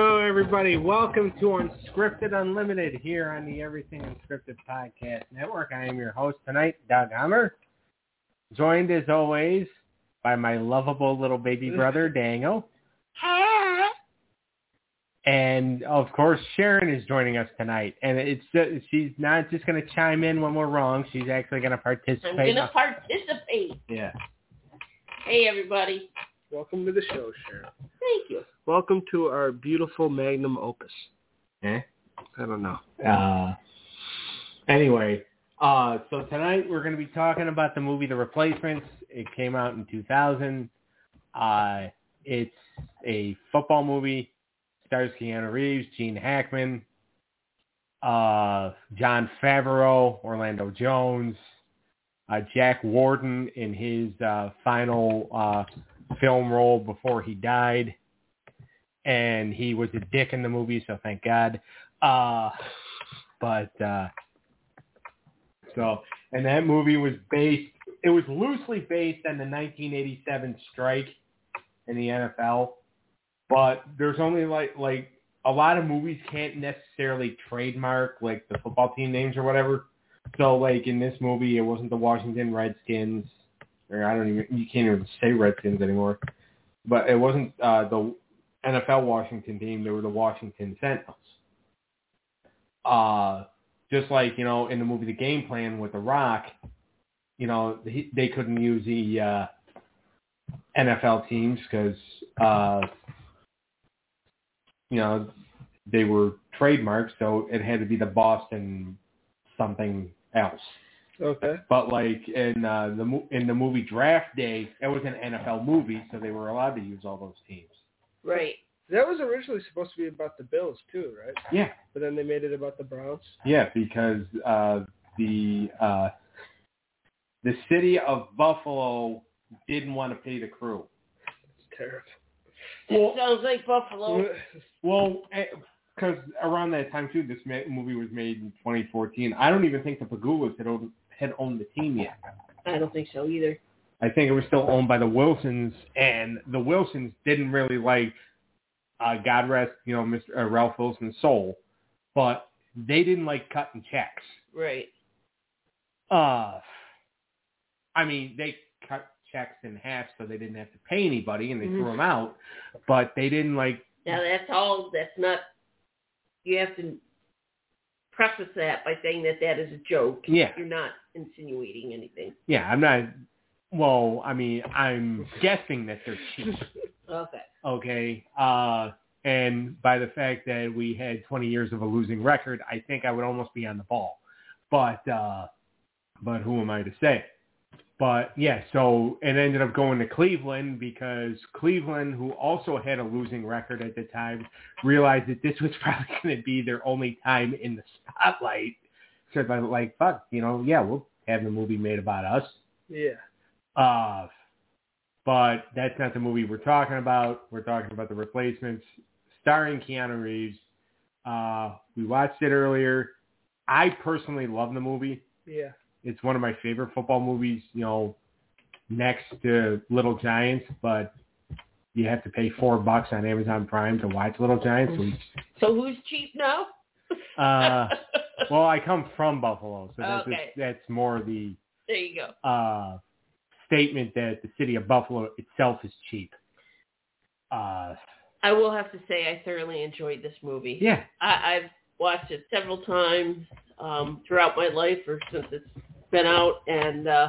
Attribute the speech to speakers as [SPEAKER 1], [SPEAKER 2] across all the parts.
[SPEAKER 1] everybody. Welcome to Unscripted Unlimited here on the Everything Unscripted Podcast Network. I am your host tonight, Doug Hammer, joined as always by my lovable little baby brother, Daniel. And of course, Sharon is joining us tonight. And it's uh, she's not just going to chime in when we're wrong. She's actually going to participate.
[SPEAKER 2] I'm gonna participate.
[SPEAKER 1] yeah.
[SPEAKER 2] Hey everybody.
[SPEAKER 3] Welcome to the show, Sharon.
[SPEAKER 2] Thank you.
[SPEAKER 3] Welcome to our beautiful magnum opus.
[SPEAKER 1] Eh?
[SPEAKER 3] I don't know.
[SPEAKER 1] Uh, anyway, uh, so tonight we're going to be talking about the movie The Replacements. It came out in 2000. Uh, it's a football movie. Stars Keanu Reeves, Gene Hackman, uh, John Favreau, Orlando Jones, uh, Jack Warden in his uh, final uh, film role before he died. And he was a dick in the movie, so thank God. Uh, but uh, so, and that movie was based. It was loosely based on the 1987 strike in the NFL, but there's only like like a lot of movies can't necessarily trademark like the football team names or whatever. So like in this movie, it wasn't the Washington Redskins, or I don't even you can't even say Redskins anymore. But it wasn't uh, the NFL Washington team; they were the Washington Sentinels uh, just like you know in the movie The Game Plan with The Rock, you know he, they couldn't use the uh, NFL teams because uh, you know they were trademarked, so it had to be the Boston something else.
[SPEAKER 3] Okay.
[SPEAKER 1] But like in uh, the mo- in the movie Draft Day, that was an NFL movie, so they were allowed to use all those teams.
[SPEAKER 2] Right.
[SPEAKER 3] That was originally supposed to be about the Bills too, right?
[SPEAKER 1] Yeah,
[SPEAKER 3] But then they made it about the Browns.
[SPEAKER 1] Yeah, because uh, the uh, the city of Buffalo didn't want to pay the crew.
[SPEAKER 3] It's terrible.
[SPEAKER 1] Well-
[SPEAKER 2] Sounds like Buffalo.
[SPEAKER 1] Well, because around that time too, this ma- movie was made in 2014. I don't even think the Pagulas had owned, had owned the team yet.
[SPEAKER 2] I don't think so either.
[SPEAKER 1] I think it was still owned by the Wilsons, and the Wilsons didn't really like uh, God rest, you know, Mr. Uh, Ralph Wilson's soul, but they didn't like cutting checks.
[SPEAKER 2] Right.
[SPEAKER 1] Uh, I mean, they cut checks in half so they didn't have to pay anybody, and they threw 'em threw them out. But they didn't like.
[SPEAKER 2] Now that's all that's not you have to preface that by saying that that is a joke.
[SPEAKER 1] Yeah.
[SPEAKER 2] You're not insinuating anything.
[SPEAKER 1] Yeah, I'm not. Well, I mean, I'm guessing that they're cheap.
[SPEAKER 2] Okay.
[SPEAKER 1] Okay. Uh, and by the fact that we had 20 years of a losing record, I think I would almost be on the ball. But uh, but who am I to say? But yeah, so it ended up going to Cleveland because Cleveland, who also had a losing record at the time, realized that this was probably going to be their only time in the spotlight. So they're like, fuck, you know, yeah, we'll have the movie made about us.
[SPEAKER 3] Yeah.
[SPEAKER 1] Uh, but that's not the movie we're talking about. We're talking about the replacements starring Keanu Reeves. Uh, we watched it earlier. I personally love the movie.
[SPEAKER 3] Yeah.
[SPEAKER 1] It's one of my favorite football movies, you know, next to Little Giants, but you have to pay four bucks on Amazon Prime to watch Little Giants. So we-
[SPEAKER 2] So who's cheap now?
[SPEAKER 1] uh, well, I come from Buffalo, so that's,
[SPEAKER 2] Okay.
[SPEAKER 1] that's more the
[SPEAKER 2] there you go.
[SPEAKER 1] uh, statement that the city of Buffalo itself is cheap. Uh,
[SPEAKER 2] I will have to say I thoroughly enjoyed this movie.
[SPEAKER 1] yeah,
[SPEAKER 2] I, I've watched it several times um, throughout my life or since it's been out, and uh,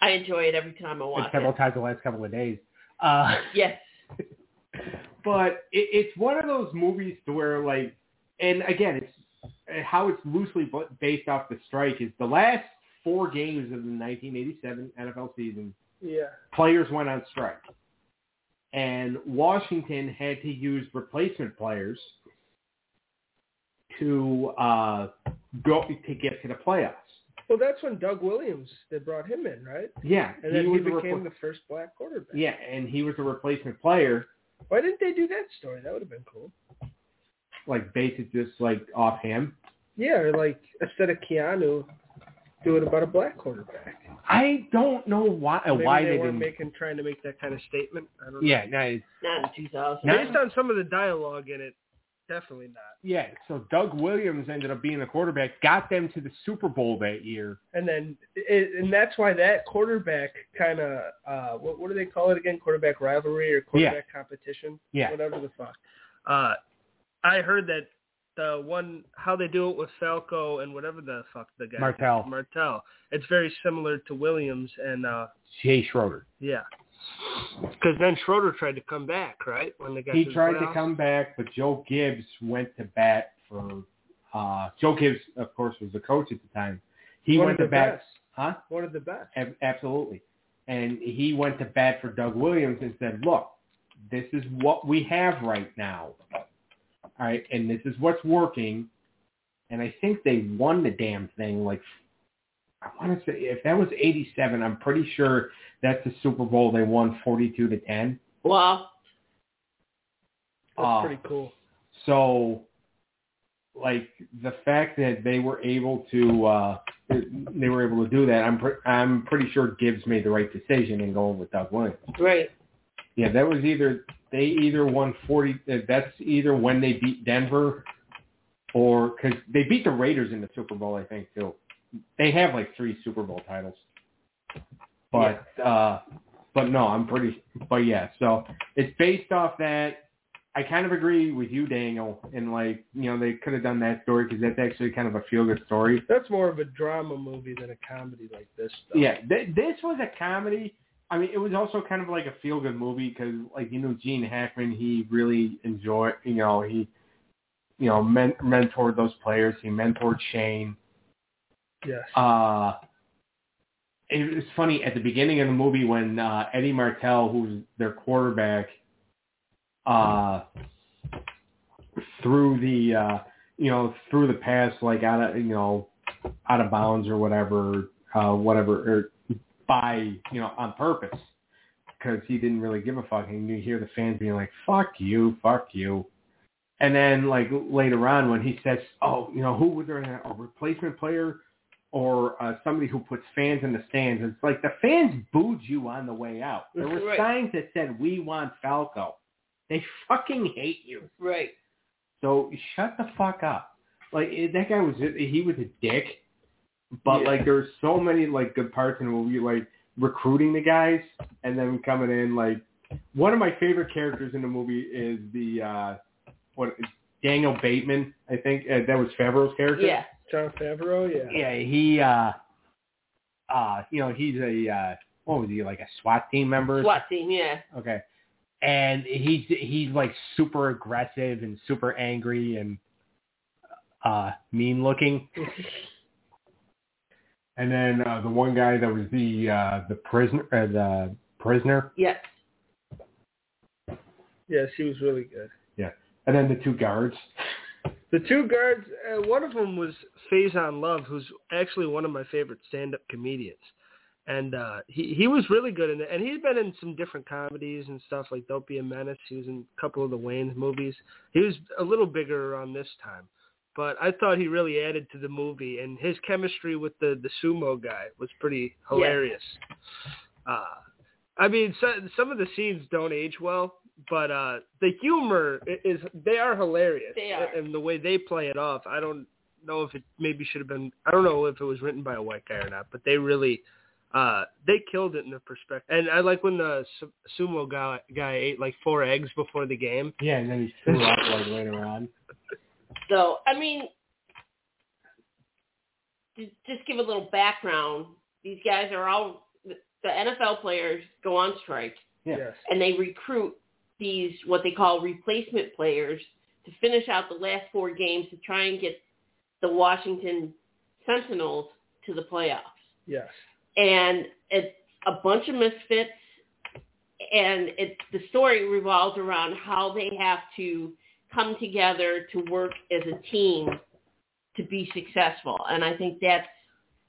[SPEAKER 2] I enjoy it every time I
[SPEAKER 1] and
[SPEAKER 2] watch
[SPEAKER 1] several
[SPEAKER 2] it.
[SPEAKER 1] times the last couple of days. Uh,
[SPEAKER 2] Yes,
[SPEAKER 1] but it, it's one of those movies to where like, and again, it's uh, how it's loosely bu- based off the strike is the last four games of the 1987 NFL season,
[SPEAKER 3] Yeah.
[SPEAKER 1] players went on strike. And Washington had to use replacement players to uh, go to get to the playoffs.
[SPEAKER 3] Well, that's when Doug Williams they brought him in, right?
[SPEAKER 1] Yeah,
[SPEAKER 3] And then he,
[SPEAKER 1] was a
[SPEAKER 3] became
[SPEAKER 1] repla-
[SPEAKER 3] the first black quarterback.
[SPEAKER 1] yeah, and he was a replacement player.
[SPEAKER 3] Why didn't they do that story? That would have been cool.
[SPEAKER 1] Like basically just like off him.
[SPEAKER 3] Yeah, or like instead of Keanu, do it about a black quarterback.
[SPEAKER 1] I don't know why
[SPEAKER 3] Maybe
[SPEAKER 1] why
[SPEAKER 3] they,
[SPEAKER 1] they, didn't.
[SPEAKER 3] weren't making trying to make that kind of statement. I don't know.
[SPEAKER 1] yeah, no, it's-
[SPEAKER 2] not in 2000.
[SPEAKER 1] No.
[SPEAKER 3] Based on some of the dialogue in it, Definitely not.
[SPEAKER 1] Yeah, so Doug Williams ended up being the quarterback, got them to the Super Bowl that year.
[SPEAKER 3] And then, it, and that's why that quarterback kind of, uh, what, what do they call it again? Quarterback rivalry or quarterback competition?
[SPEAKER 1] Yeah.
[SPEAKER 3] Whatever the fuck. Uh, I heard that the one, how they do it with Falco and whatever the fuck the guy.
[SPEAKER 1] Martell.
[SPEAKER 3] Martell. It's very similar to Williams and, uh,
[SPEAKER 1] Jay Schroeder.
[SPEAKER 3] yeah. Because then Schroeder tried to come back, right? When they got
[SPEAKER 1] He
[SPEAKER 3] to the
[SPEAKER 1] tried to
[SPEAKER 3] playoffs?
[SPEAKER 1] come back, but Joe Gibbs went to bat for uh Joe Gibbs, of course, was the coach at the time. He
[SPEAKER 3] One
[SPEAKER 1] went to
[SPEAKER 3] of the
[SPEAKER 1] bat
[SPEAKER 3] best.
[SPEAKER 1] huh?
[SPEAKER 3] One of the best.
[SPEAKER 1] Ab- absolutely. And he went to bat for Doug Williams and said, look, this is what we have right now. All right. And this is what's working. And I think they won the damn thing. Like, I want to say, if that was 87, I'm pretty sure that's the Super Bowl they won 42 to 10.
[SPEAKER 2] Wow.
[SPEAKER 3] That's
[SPEAKER 1] Uh,
[SPEAKER 3] pretty cool.
[SPEAKER 1] So, like the fact that they were able to uh, they were able to do that, I'm pre- I'm pretty sure Gibbs made the right decision in going with Doug Williams.
[SPEAKER 2] Right.
[SPEAKER 1] Yeah, that was either they either won forty. uh, That's either when they beat Denver, or because they beat the Raiders in the Super Bowl, I think too. They have like three Super Bowl titles, but uh, but no, I'm pretty. But yeah, so it's based off that. I kind of agree with you, Daniel, and like you know they could have done that story because that's actually kind of a feel good story.
[SPEAKER 3] That's more of a drama movie than a comedy like this. Though.
[SPEAKER 1] Yeah, th- this was a comedy. I mean, it was also kind of like a feel good movie because, like you know, Gene Hackman, he really enjoyed. You know, he, you know, men- mentored those players. He mentored Shane.
[SPEAKER 3] Yes.
[SPEAKER 1] Uh, it was funny at the beginning of the movie when uh, Eddie Martell, who's their quarterback, uh, threw the uh, you know threw the pass like out of you know out of bounds or whatever uh, whatever or by you know on purpose because he didn't really give a fuck and you hear the fans being like fuck you fuck you and then like later on when he says oh you know who would there a replacement player or uh, somebody who puts fans in the stands it's like the fans booed you on the way out there were
[SPEAKER 2] Right.
[SPEAKER 1] signs that said we want falco they fucking hate you
[SPEAKER 2] Right.
[SPEAKER 1] so shut the fuck up. Like it- that guy was eh, he was a dick, but
[SPEAKER 3] Yeah.
[SPEAKER 1] like there's so many like good parts in the movie, like recruiting the guys and then coming in. Like one of my favorite characters in the movie is the uh what Daniel Bateman, I think uh, that was Favreau's character.
[SPEAKER 2] Yeah.
[SPEAKER 3] John Favreau. Yeah.
[SPEAKER 1] yeah, he uh uh you know he's a uh what was he like a SWAT team member? or
[SPEAKER 2] SWAT team. Yeah.
[SPEAKER 1] Okay. And he's he's like super aggressive and super angry and uh mean looking. and then uh the one guy that was the uh the prisoner uh, the prisoner
[SPEAKER 2] Yes.
[SPEAKER 3] Yes, he was really good.
[SPEAKER 1] and then the two guards.
[SPEAKER 3] The two guards, uh, one of them was Faison Love, who's actually one of my favorite stand-up comedians. And uh, he, he was really good in it. And he'd been in some different comedies and stuff like Don't Be a Menace. He was in a couple of the Wayne's movies. He was a little bigger around this time. But I thought he really added to the movie. And his chemistry with the, the sumo guy was pretty
[SPEAKER 2] Yeah.
[SPEAKER 3] hilarious. Uh, I mean, so, some of the scenes don't age well, but uh, the humor i- is they are hilarious.
[SPEAKER 2] They are.
[SPEAKER 3] And the way they play it off, I don't know if it maybe should have been. I don't know if it was written by a white guy or not, but they really uh, they killed it in the perspective. And I like when the su- sumo guy guy ate like four eggs before the game.
[SPEAKER 1] Yeah, and then he threw up like later on.
[SPEAKER 2] So I mean, just, just give a little background. These guys are all the the NFL players go on strike,
[SPEAKER 1] Yeah.
[SPEAKER 3] Yes.
[SPEAKER 2] and they recruit these what they call replacement players to finish out the last four games to try and get the Washington Sentinels to the playoffs.
[SPEAKER 3] Yes.
[SPEAKER 2] And it's a bunch of misfits, and it the story revolves around how they have to come together to work as a team to be successful. And I think that's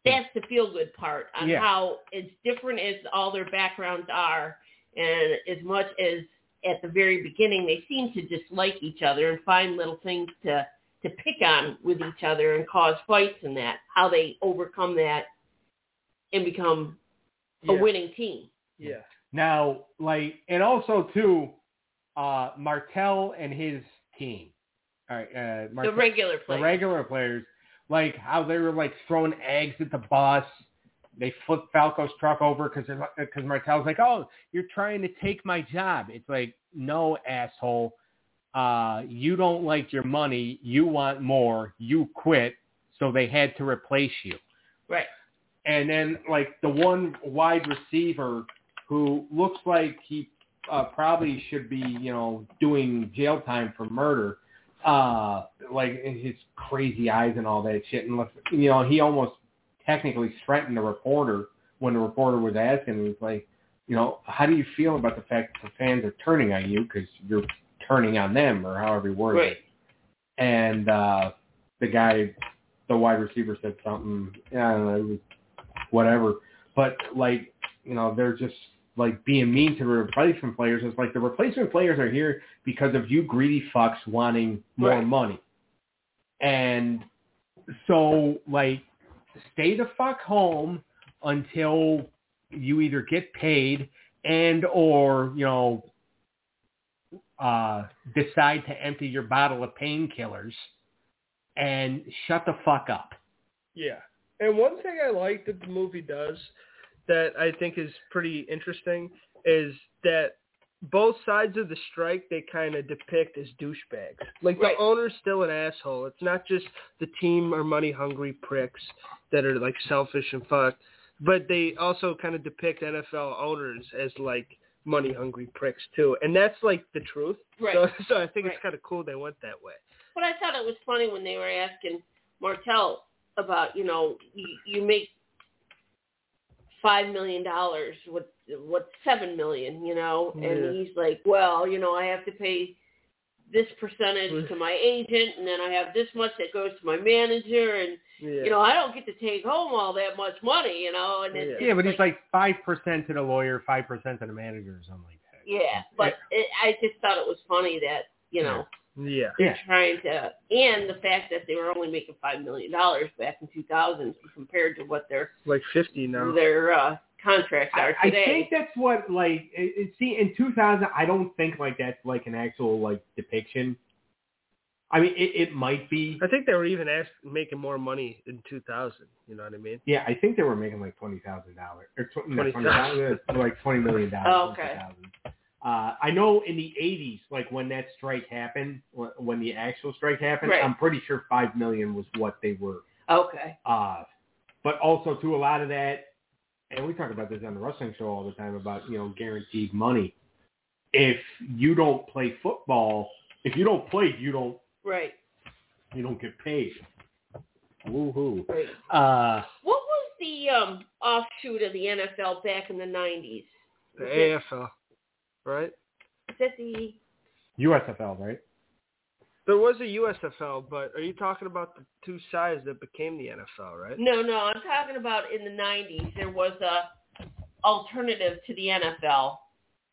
[SPEAKER 2] that's the feel good part on
[SPEAKER 1] Yeah.
[SPEAKER 2] how as different as all their backgrounds are and as much as at the very beginning they seem to dislike each other and find little things to to pick on with each other and cause fights and that how they overcome that and become
[SPEAKER 3] Yeah.
[SPEAKER 2] a winning team.
[SPEAKER 3] Yeah.
[SPEAKER 1] Now, like and also too, uh Martell and his team. all right, uh,
[SPEAKER 2] the
[SPEAKER 1] Marquez-
[SPEAKER 2] regular
[SPEAKER 1] the
[SPEAKER 2] play.
[SPEAKER 1] regular players, like how they were like throwing eggs at the bus. They flipped Falco's truck over because because Martel's like, "Oh, you're trying to take my job." It's like, no, asshole. Uh, you don't like your money. You want more. You quit. So they had to replace you.
[SPEAKER 2] right.
[SPEAKER 1] And then like the one wide receiver who looks like he uh, probably should be, you know, doing jail time for murder, uh, like in his crazy eyes and all that shit. And look, you know, he almost technically threatened the reporter when the reporter was asking. He was like, you know, how do you feel about the fact that the fans are turning on you because you're turning on them or however you word
[SPEAKER 2] Right.
[SPEAKER 1] it. And uh, the guy, the wide receiver said something. I don't know, it was whatever. But like you know, they're just like being mean to the replacement players. It's like the replacement players are here because of you greedy fucks wanting more
[SPEAKER 2] Right.
[SPEAKER 1] money. And so like stay the fuck home until you either get paid and or, you know, uh, decide to empty your bottle of painkillers and shut the fuck up.
[SPEAKER 3] Yeah. And one thing I like that the movie does that I think is pretty interesting is that both sides of the strike they kind of depict as douchebags. Like
[SPEAKER 2] Right.
[SPEAKER 3] the owner's still an asshole. It's not just the team are money hungry pricks that are like selfish and fucked, but they also kind of depict NFL owners as like money hungry pricks too. And that's like the truth.
[SPEAKER 2] Right.
[SPEAKER 3] So, so I think
[SPEAKER 2] Right.
[SPEAKER 3] it's kind of cool they went that way.
[SPEAKER 2] But I thought it was funny when they were asking Martel about, you know, you, you make five million dollars, what what seven million, you know,
[SPEAKER 3] Yeah.
[SPEAKER 2] and he's like, well, you know, I have to pay this percentage to my agent, and then I have this much that goes to my manager, and
[SPEAKER 3] Yeah.
[SPEAKER 2] you know, I don't get to take home all that much money, you know, and it's,
[SPEAKER 3] Yeah.
[SPEAKER 1] Yeah, but
[SPEAKER 2] it's
[SPEAKER 1] he's like five percent to the lawyer, five percent to the manager, or something like that.
[SPEAKER 2] yeah, but it, I just thought it was funny that you know
[SPEAKER 3] yeah.
[SPEAKER 1] Yeah,
[SPEAKER 2] trying to and the fact that they were only making five million dollars back in two thousand compared to what their
[SPEAKER 3] Like 50 now.
[SPEAKER 2] their uh, contracts
[SPEAKER 1] I,
[SPEAKER 2] are
[SPEAKER 1] I
[SPEAKER 2] today.
[SPEAKER 1] think that's what like it, it, see in 2000. I don't think like that's like an actual like depiction. I mean, it, it might be.
[SPEAKER 3] I think they were even ask, making more money in 2000. You know what I mean?
[SPEAKER 1] Yeah, I think they were making like twenty thousand dollars or tw- no,
[SPEAKER 3] 20,000.
[SPEAKER 1] twenty thousand, like twenty million dollars.
[SPEAKER 2] Oh, okay.
[SPEAKER 1] Uh, I know in the 80s, like when that strike happened, wh- when the actual strike happened,
[SPEAKER 2] Right.
[SPEAKER 1] I'm pretty sure five million was what they were
[SPEAKER 2] okay,
[SPEAKER 1] Uh, but also too, a lot of that, and we talk about this on the wrestling show all the time about you know guaranteed money. If you don't play football, if you don't play, you don't
[SPEAKER 2] right,
[SPEAKER 1] you don't get paid. Woohoo!
[SPEAKER 2] right.
[SPEAKER 1] Uh,
[SPEAKER 2] What was the um, offshoot of the NFL back in the nineties?
[SPEAKER 3] The
[SPEAKER 2] Is
[SPEAKER 3] AFL, right?
[SPEAKER 2] that the
[SPEAKER 1] USFL, right?
[SPEAKER 3] There was a USFL, but are you talking about the two sides that became the NFL, right?
[SPEAKER 2] no, no? I'm talking about in the nineties. There was a alternative to the NFL.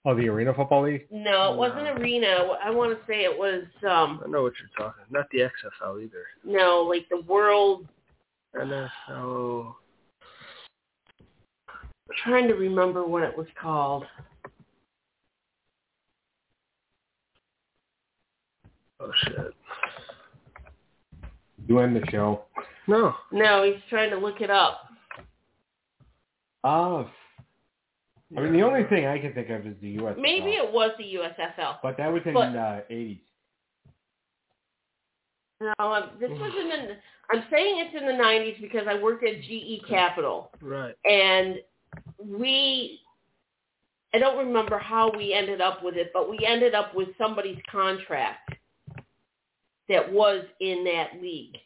[SPEAKER 1] Oh, the Arena Football League.
[SPEAKER 2] No, it wasn't
[SPEAKER 3] No.
[SPEAKER 2] arena. I want to say it was um
[SPEAKER 1] Mm-hmm.
[SPEAKER 3] I know what you're talking. Not the XFL either.
[SPEAKER 2] no, like the world
[SPEAKER 3] NFL.
[SPEAKER 2] trying to remember what it was called.
[SPEAKER 3] Oh shit.
[SPEAKER 1] You end the show.
[SPEAKER 3] No.
[SPEAKER 2] No, he's trying to look it up.
[SPEAKER 1] Uh, I mean, the only thing I can think of is the USFL.
[SPEAKER 2] Maybe it was the USFL.
[SPEAKER 1] But that was in
[SPEAKER 2] But-
[SPEAKER 1] uh, 80s.
[SPEAKER 2] No, I'm- this was in the. I'm saying it's in the 90s because I worked at GE Capital,
[SPEAKER 3] Right.
[SPEAKER 2] and we. I don't remember how we ended up with it, but we ended up with somebody's contract that was in that league,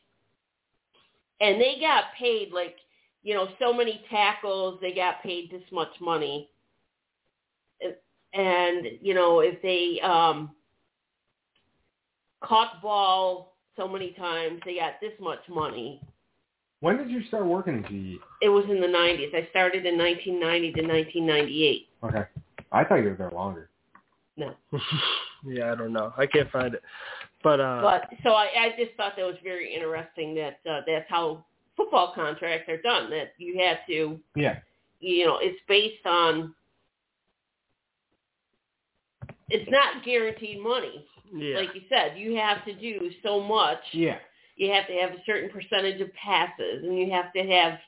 [SPEAKER 2] and they got paid like you know so many tackles. They got paid this much money, and you know if they um caught ball so many times. They got this much money.
[SPEAKER 1] When did you start working E? at GE?
[SPEAKER 2] It was in the 90s. I started in 1990 to 1998.
[SPEAKER 1] Okay, I thought you were there longer.
[SPEAKER 3] yeah, I don't know. I can't find it. But uh
[SPEAKER 2] But so I, I just thought that was very interesting that uh, that's how football contracts are done. That you had to,
[SPEAKER 1] Yeah.
[SPEAKER 2] you know, it's based on it's not guaranteed money.
[SPEAKER 3] Yeah.
[SPEAKER 2] Like you said, you have to do so much.
[SPEAKER 1] Yeah.
[SPEAKER 2] You have to have a certain percentage of passes, and you have to have,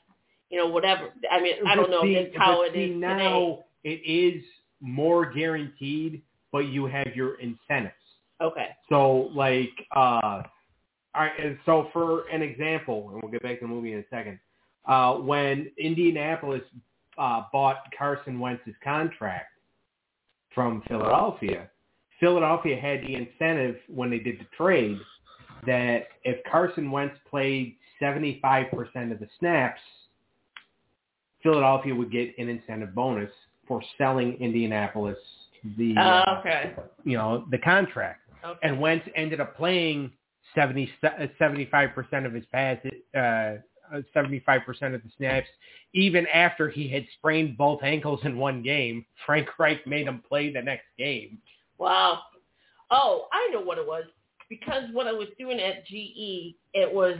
[SPEAKER 2] you know, whatever. I mean, I
[SPEAKER 1] But
[SPEAKER 2] don't know
[SPEAKER 1] see-
[SPEAKER 2] if that's how
[SPEAKER 1] but
[SPEAKER 2] it
[SPEAKER 1] see,
[SPEAKER 2] is today.
[SPEAKER 1] now it is more guaranteed, but you have your incentives.
[SPEAKER 2] Okay.
[SPEAKER 1] So like, uh, all right, and so for an example, and we'll get back to the movie in a second. Uh, when Indianapolis uh, bought Carson Wentz's contract from Philadelphia, Philadelphia had the incentive when they did the trade that if Carson Wentz played 75% of the snaps, Philadelphia would get an incentive bonus for selling Indianapolis the uh,
[SPEAKER 2] Uh, okay.
[SPEAKER 1] you know the contract
[SPEAKER 2] Okay.
[SPEAKER 1] and Wentz ended up playing 70, 75% of his passes, uh, 75% of the snaps, even after he had sprained both ankles in one game. Frank Reich made him play the next game.
[SPEAKER 2] Wow. Oh, I know what it was. Because what I was doing at GE, it was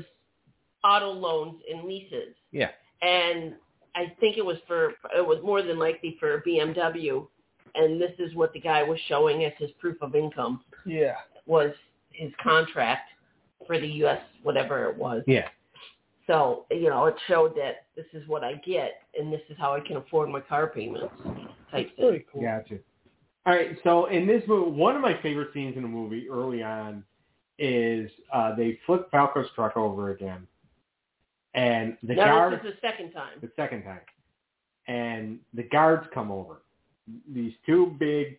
[SPEAKER 2] auto loans and leases.
[SPEAKER 1] Yeah.
[SPEAKER 2] And I think it was for, it was more than likely for a BMW. And this is what the guy was showing as his proof of income
[SPEAKER 3] Yeah.
[SPEAKER 2] was his contract for the U.S., whatever it was.
[SPEAKER 1] Yeah.
[SPEAKER 2] So, you know, it showed that this is what I get and this is how I can afford my car payments type thing.
[SPEAKER 3] Pretty cool.
[SPEAKER 1] Gotcha. All right. So in this movie, one of my favorite scenes in the movie early on is uh, they flip Falco's truck over again. And the
[SPEAKER 2] now
[SPEAKER 1] guard.
[SPEAKER 2] this is the second time.
[SPEAKER 1] the second time. And the guards come over. These two big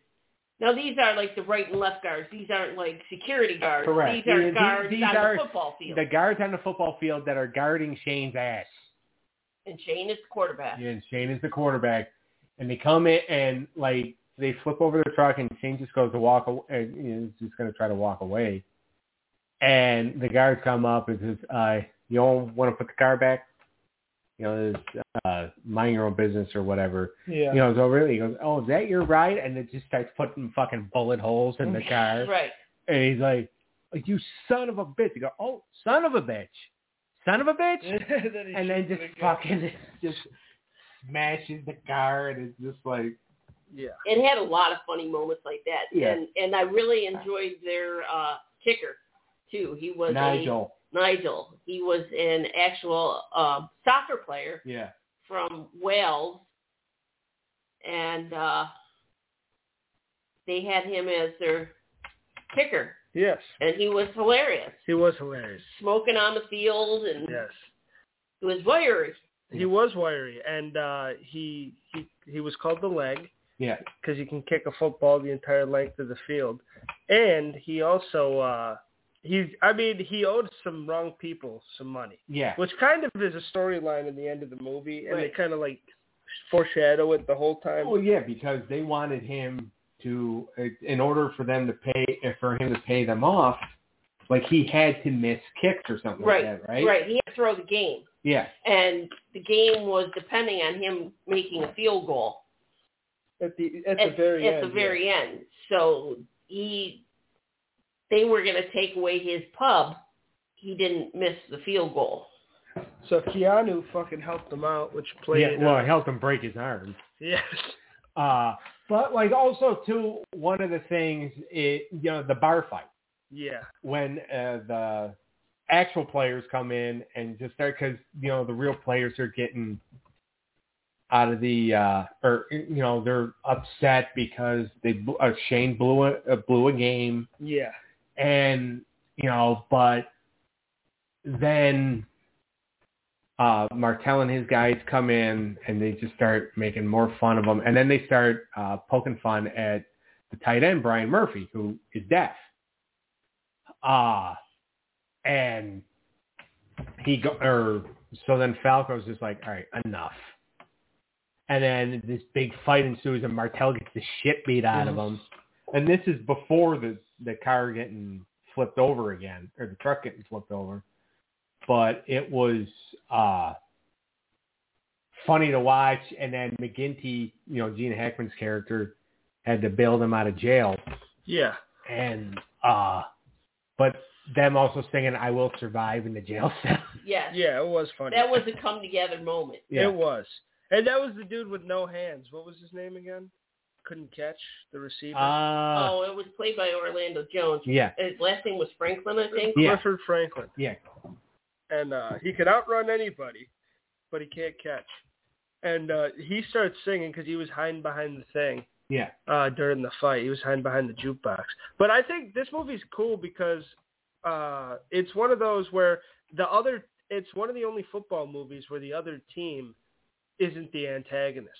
[SPEAKER 2] Now these are like the right and left guards. These aren't like security guards.
[SPEAKER 1] Correct.
[SPEAKER 2] These are
[SPEAKER 1] These-
[SPEAKER 2] guards
[SPEAKER 1] these
[SPEAKER 2] on
[SPEAKER 1] are
[SPEAKER 2] the football field.
[SPEAKER 1] the guards on the football field that are guarding Shane's ass.
[SPEAKER 2] and Shane is the quarterback.
[SPEAKER 1] And Shane is the quarterback, and they come in and like they flip over the truck, and Shane just goes to walk, aw- and you know, he's just going to try to walk away. And the guards come up and says, uh, "You don't want to put the car back." You know, there's uh, mind your own business or whatever.
[SPEAKER 3] Yeah.
[SPEAKER 1] You know, so really, he goes, "Oh, is that your ride?" And it just starts putting fucking bullet holes in the car.
[SPEAKER 2] Right.
[SPEAKER 1] And he's like, "Oh, "You son of a bitch!" You go, "Oh, son of a bitch, son of a bitch." and then just fucking just smashes the car and it's just like
[SPEAKER 3] Yeah.
[SPEAKER 2] It had a lot of funny moments like that.
[SPEAKER 1] Yeah.
[SPEAKER 2] And and I really enjoyed their uh kicker too. He was
[SPEAKER 1] Nigel.
[SPEAKER 2] A, Nigel. He was an actual um soccer player
[SPEAKER 1] Yeah.
[SPEAKER 2] from Wales and uh they had him as their kicker
[SPEAKER 3] Yes.
[SPEAKER 2] and he was hilarious.
[SPEAKER 3] He was hilarious.
[SPEAKER 2] Smoking on the field and
[SPEAKER 1] Mm-hmm.
[SPEAKER 3] Yes.
[SPEAKER 2] It was voyeurism.
[SPEAKER 3] He was wiry, and uh, he he he was called the leg
[SPEAKER 1] Yeah.
[SPEAKER 3] because he can kick a football the entire length of the field, and he also uh, he's I mean he owed some wrong people some money,
[SPEAKER 1] Yeah.
[SPEAKER 3] which kind of is a storyline in the end of the movie, and
[SPEAKER 2] Right.
[SPEAKER 3] they kind of like foreshadow it the whole time.
[SPEAKER 1] Well, yeah, because they wanted him to, in order for them to pay, for him to pay them off, like he had to miss kicks or something
[SPEAKER 2] Right,
[SPEAKER 1] like that, right?
[SPEAKER 2] Right. He had to throw the game.
[SPEAKER 1] Yeah.
[SPEAKER 2] And the game was depending on him making a field goal
[SPEAKER 3] At the at,
[SPEAKER 2] at
[SPEAKER 3] the very
[SPEAKER 2] at
[SPEAKER 3] end.
[SPEAKER 2] the very end. So he, they were going to take away his pub. He didn't miss the field goal.
[SPEAKER 3] yeah. So Keanu fucking helped him out, which played
[SPEAKER 1] Yeah.
[SPEAKER 3] it
[SPEAKER 1] Well,
[SPEAKER 3] up.
[SPEAKER 1] it helped him break his arm.
[SPEAKER 3] yes.
[SPEAKER 1] Uh, but like also too, one of the things, it, you know, the bar fight.
[SPEAKER 3] Yeah.
[SPEAKER 1] when uh, the actual players come in and just start because you know the real players are getting out of the uh, or you know they're upset because they bl- uh, Shane blew a uh, blew a game
[SPEAKER 3] Yeah.
[SPEAKER 1] and you know but then uh, Martell and his guys come in and they just start making more fun of them and then they start uh, poking fun at the tight end Brian Murphy who is deaf uh, and he go or so then Falco's just like, all right, enough. And then this big fight ensues, and Martel gets the shit beat out of him. And this is before the the car getting flipped over again, or the truck getting flipped over. But it was uh, funny to watch. And then McGinty, you know, Gene Hackman's character, had to bail them out of jail
[SPEAKER 3] Yeah.
[SPEAKER 1] and uh but them also singing I Will Survive in the jail cell.
[SPEAKER 2] Yes.
[SPEAKER 3] Yeah. It was funny.
[SPEAKER 2] That was a come together moment.
[SPEAKER 3] It was. And that was the dude with no hands. What was his name again? couldn't catch the receiver?
[SPEAKER 1] Uh,
[SPEAKER 2] oh, it was played by Orlando Jones.
[SPEAKER 1] yeah,
[SPEAKER 2] And His last name was Franklin, I think.
[SPEAKER 1] yeah.
[SPEAKER 3] Clifford Franklin,
[SPEAKER 1] yeah.
[SPEAKER 3] and uh, he could outrun anybody, but he can't catch. And uh, he starts singing because he was hiding behind the thing
[SPEAKER 1] Yeah.
[SPEAKER 3] uh, during the fight. He was hiding behind the jukebox. But I think this movie's cool because uh, it's one of those where the other, it's one of the only football movies where the other team isn't the antagonist.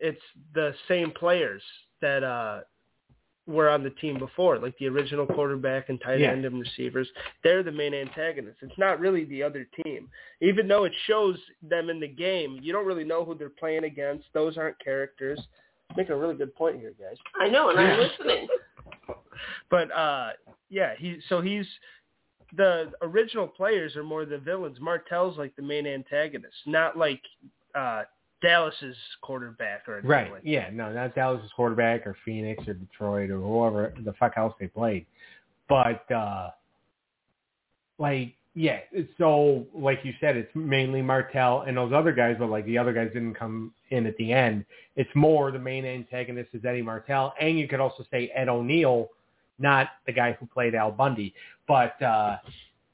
[SPEAKER 3] It's the same players that uh, were on the team before, like the original quarterback and tight
[SPEAKER 1] Yeah.
[SPEAKER 3] end and receivers. They're the main antagonists. It's not really the other team. Even though it shows them in the game, you don't really know who they're playing against. Those aren't characters. Make a really good point here, guys.
[SPEAKER 2] I know, and I'm listening.
[SPEAKER 3] But uh yeah, he so he's the original players are more the villains. Martell's like the main antagonist, not like uh Dallas's quarterback or anything
[SPEAKER 1] Right.
[SPEAKER 3] like
[SPEAKER 1] Yeah. No, not Dallas' quarterback or Phoenix or Detroit or whoever the fuck else they played. But uh like yeah, it's so like you said, it's mainly Martell and those other guys, but like the other guys didn't come in at the end. It's more the main antagonist is Eddie Martell, and you could also say Ed O'Neill, not the guy who played Al Bundy, but uh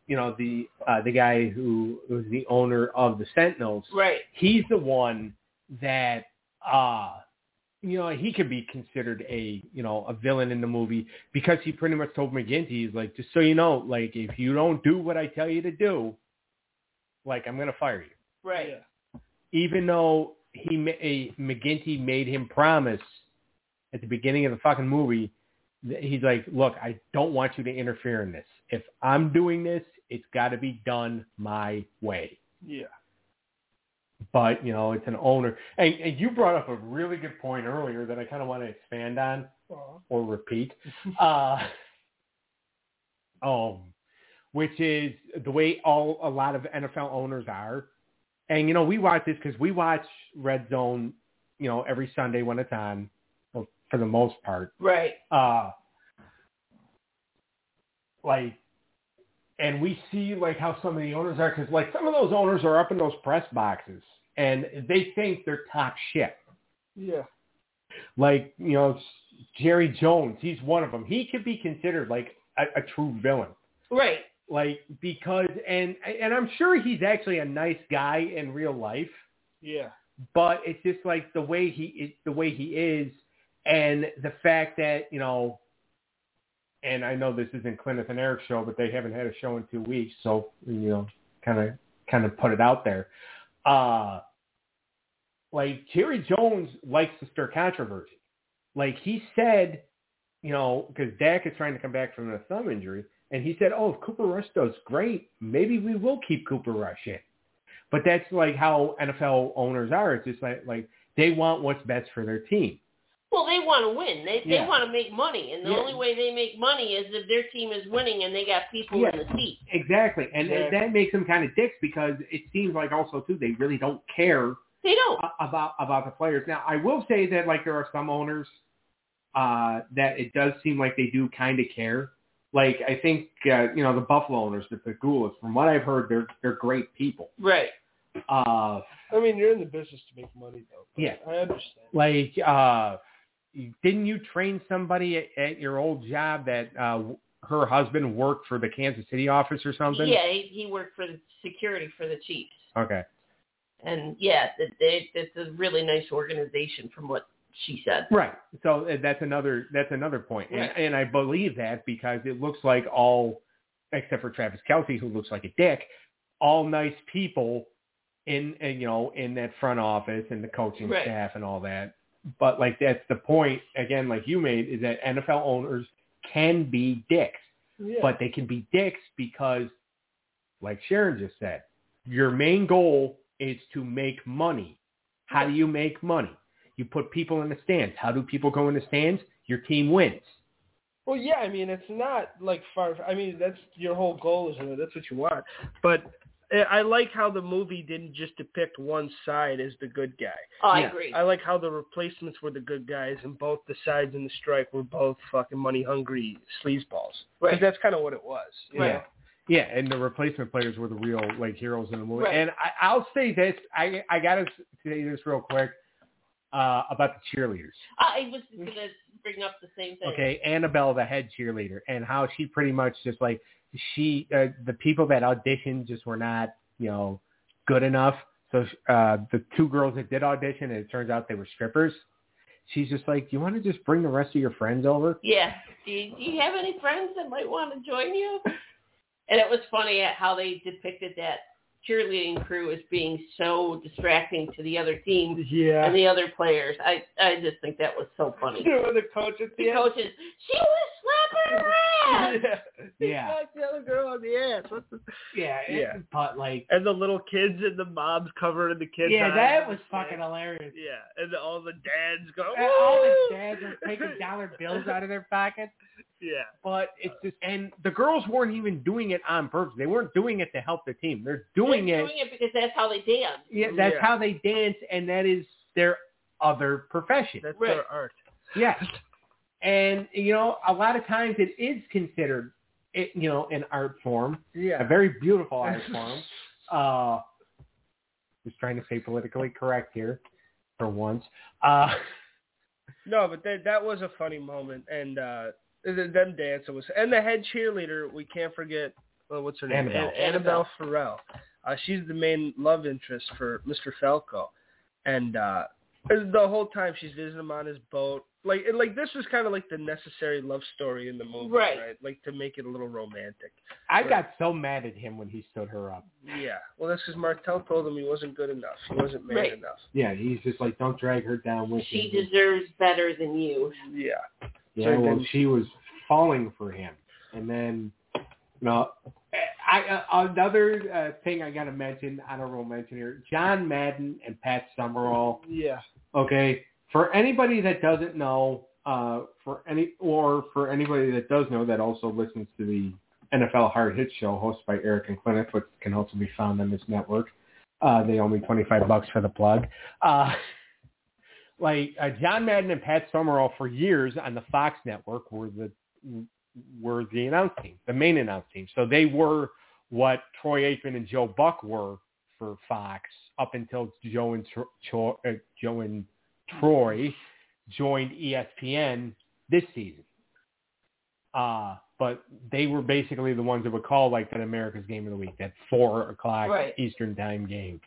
[SPEAKER 1] you know the uh, the guy who was the owner of the Sentinels
[SPEAKER 2] Right.
[SPEAKER 1] he's the one that uh you know he could be considered a you know a villain in the movie because he pretty much told McGinty he's like just so you know like if you don't do what I tell you to do like I'm gonna fire you
[SPEAKER 2] Right.
[SPEAKER 1] even though he ma- eh, McGinty made him promise at the beginning of the fucking movie that he's like look I don't want you to interfere in this if I'm doing this it's got to be done my way
[SPEAKER 3] Yeah.
[SPEAKER 1] but you know it's an owner and, and you brought up a really good point earlier that i kind of want to expand on or repeat uh, um, which is the way all a lot of nfl owners are and you know we watch this because we watch red zone you know every sunday when it's on for, for the most part
[SPEAKER 2] Right.
[SPEAKER 1] uh like and we see like how some of the owners are because like some of those owners are up in those press boxes and they think they're top shit
[SPEAKER 3] Yeah.
[SPEAKER 1] like you know jerry jones he's one of them he could be considered like a, a true villain
[SPEAKER 2] Right.
[SPEAKER 1] like because and and i'm sure he's actually a nice guy in real life
[SPEAKER 3] Yeah.
[SPEAKER 1] but it's just like the way he is, the way he is, and the fact that you know, and I know this isn't Clinton and Eric's show, but they haven't had a show in two weeks, so you know, kind of kind of put it out there. Uh like Jerry Jones likes to stir controversy. Like he said, you know, because Dak is trying to come back from a thumb injury, and he said, "Oh, if Cooper Rush does great, maybe we will keep Cooper Rush in." But that's like how NFL owners are. It's just like like they want what's best for their team.
[SPEAKER 2] Well, they want to win. They they
[SPEAKER 1] Yeah.
[SPEAKER 2] want to make money, and the
[SPEAKER 1] Yeah.
[SPEAKER 2] only way they make money is if their team is winning and they got people in the seat.
[SPEAKER 1] Exactly, and and
[SPEAKER 3] Exactly.
[SPEAKER 1] that makes them kind of dicks because it seems like also too they really don't care
[SPEAKER 2] They don't.
[SPEAKER 1] a- about about the players. Now, I will say that like there are some owners uh, that it does seem like they do kind of care. Like I think uh, you know the Buffalo owners, the Pagulas, from what I've heard, they're they're great people.
[SPEAKER 2] Right.
[SPEAKER 1] Uh,
[SPEAKER 3] I mean, you're in the business to make money, though. but
[SPEAKER 1] Yeah.
[SPEAKER 3] I understand.
[SPEAKER 1] like uh, didn't you train somebody at, at your old job that uh, her husband worked for the Kansas City office or something?
[SPEAKER 2] Yeah, he, he worked for the security for the Chiefs,
[SPEAKER 1] Okay.
[SPEAKER 2] and yeah, that they it's a really nice organization, from what she said.
[SPEAKER 1] Right. So uh, that's another that's another point, and,
[SPEAKER 2] Right.
[SPEAKER 1] and I believe that because it looks like all, except for Travis Kelsey, who looks like a dick, all nice people in uh, you know in that front office and the coaching
[SPEAKER 2] Right.
[SPEAKER 1] staff and all that. But like that's the point again, like you made, is that NFL owners can be dicks.
[SPEAKER 3] Yeah.
[SPEAKER 1] but they can be dicks because, like Sharon just said, your main goal is to make money. How do you make money? You put people in the stands. How do people go in the stands? Your team wins.
[SPEAKER 3] Well, yeah, I mean, it's not like far. I mean, that's your whole goal is that's what you want. But eh, I I like how the movie didn't just depict one side as the good guy.
[SPEAKER 2] Oh, I
[SPEAKER 1] Yeah.
[SPEAKER 2] agree.
[SPEAKER 3] I like how the replacements were the good guys, and both the sides in the strike were both fucking money hungry sleazeballs.
[SPEAKER 2] Right.
[SPEAKER 3] Because that's kind of what it was. you
[SPEAKER 1] Right.
[SPEAKER 3] know?
[SPEAKER 1] Yeah, and the replacement players were the real like heroes in the movie.
[SPEAKER 2] Right.
[SPEAKER 1] And I, I'll say this, I I gotta say this real quick. uh, about the cheerleaders.
[SPEAKER 2] I was going to bring up the same thing.
[SPEAKER 1] Okay, Annabelle, the head cheerleader, and how she pretty much just like she uh, the people that auditioned just were not you know good enough. So uh, the two girls that did audition, and it turns out they were strippers. She's just like, do you want to just bring the rest of your friends over?
[SPEAKER 2] Yeah. Do you, do you have any friends that might want to join you? And it was funny at how they depicted that cheerleading crew as being so distracting to the other team
[SPEAKER 3] Yeah.
[SPEAKER 2] and the other players. I I just think that was so funny.
[SPEAKER 3] Doing the coach at
[SPEAKER 2] The coaches, she was slapping her ass.
[SPEAKER 3] Yeah. He
[SPEAKER 1] Yeah.
[SPEAKER 3] knocked the other girl on the ass. What the...
[SPEAKER 1] Yeah,
[SPEAKER 3] Yeah.
[SPEAKER 1] But like,
[SPEAKER 3] And the little kids and the moms covering the kids.
[SPEAKER 1] yeah,
[SPEAKER 3] eyes.
[SPEAKER 1] that was fucking hilarious.
[SPEAKER 3] Yeah, and all the dads go.
[SPEAKER 1] And all the
[SPEAKER 3] "Woo!"
[SPEAKER 1] dads are taking dollar bills out of their pockets.
[SPEAKER 3] Yeah.
[SPEAKER 1] But it's just, and the girls weren't even doing it on purpose. They weren't doing it to help the team. They're doing
[SPEAKER 2] They're
[SPEAKER 1] it.
[SPEAKER 2] doing it because that's how they dance.
[SPEAKER 1] Yeah, that's
[SPEAKER 3] Oh, Yeah.
[SPEAKER 1] how they dance, and that is their other profession.
[SPEAKER 3] That's
[SPEAKER 2] Right.
[SPEAKER 3] their art.
[SPEAKER 1] Yes. And, you know, a lot of times it is considered, it, you know, an art form, a
[SPEAKER 3] Yeah.
[SPEAKER 1] very beautiful art form. Uh, just trying to stay politically correct here for once. Uh,
[SPEAKER 3] No, but that that was a funny moment, and uh, th- them dancing was, and the head cheerleader we can't forget. Well, what's her name?
[SPEAKER 1] Annabelle.
[SPEAKER 3] An- Annabelle Farrell. Uh, she's the main love interest for Mr. Falco, and uh, the whole time she's visiting him on his boat. Like, and, like this was kind of like the necessary love story in the movie,
[SPEAKER 2] Right.
[SPEAKER 3] Like to make it a little romantic.
[SPEAKER 1] I got so mad at him when he stood her up.
[SPEAKER 3] Yeah. Well, that's because Martel told him he wasn't good enough. He wasn't man
[SPEAKER 2] Right.
[SPEAKER 3] enough.
[SPEAKER 1] Yeah, he's just like, don't drag her down with
[SPEAKER 2] She
[SPEAKER 1] you.
[SPEAKER 2] deserves better than you.
[SPEAKER 3] Yeah.
[SPEAKER 1] Yeah,
[SPEAKER 3] So
[SPEAKER 1] well,
[SPEAKER 3] then-
[SPEAKER 1] she was falling for him, and then you know, I uh, another uh, thing I gotta mention, honorable mention here: John Madden and Pat Summerall.
[SPEAKER 3] Yeah.
[SPEAKER 1] Okay, for anybody that doesn't know, uh, for any or for anybody that does know that also listens to the NFL Hard Hit Show hosted by Eric and Clinic, which can also be found on this network. Uh, they owe me twenty five bucks for the plug. Uh, like uh, John Madden and Pat Summerall for years on the Fox network were the were the announce team, the main announce team. So they were what Troy Aikman and Joe Buck were for Fox up until Joe and Tro- Cho- uh, Joe and Troy joined E ESPN this season. Uh, but they were basically the ones that would call like that America's Game of the Week, that four o'clock
[SPEAKER 2] Right.
[SPEAKER 1] Eastern Time game.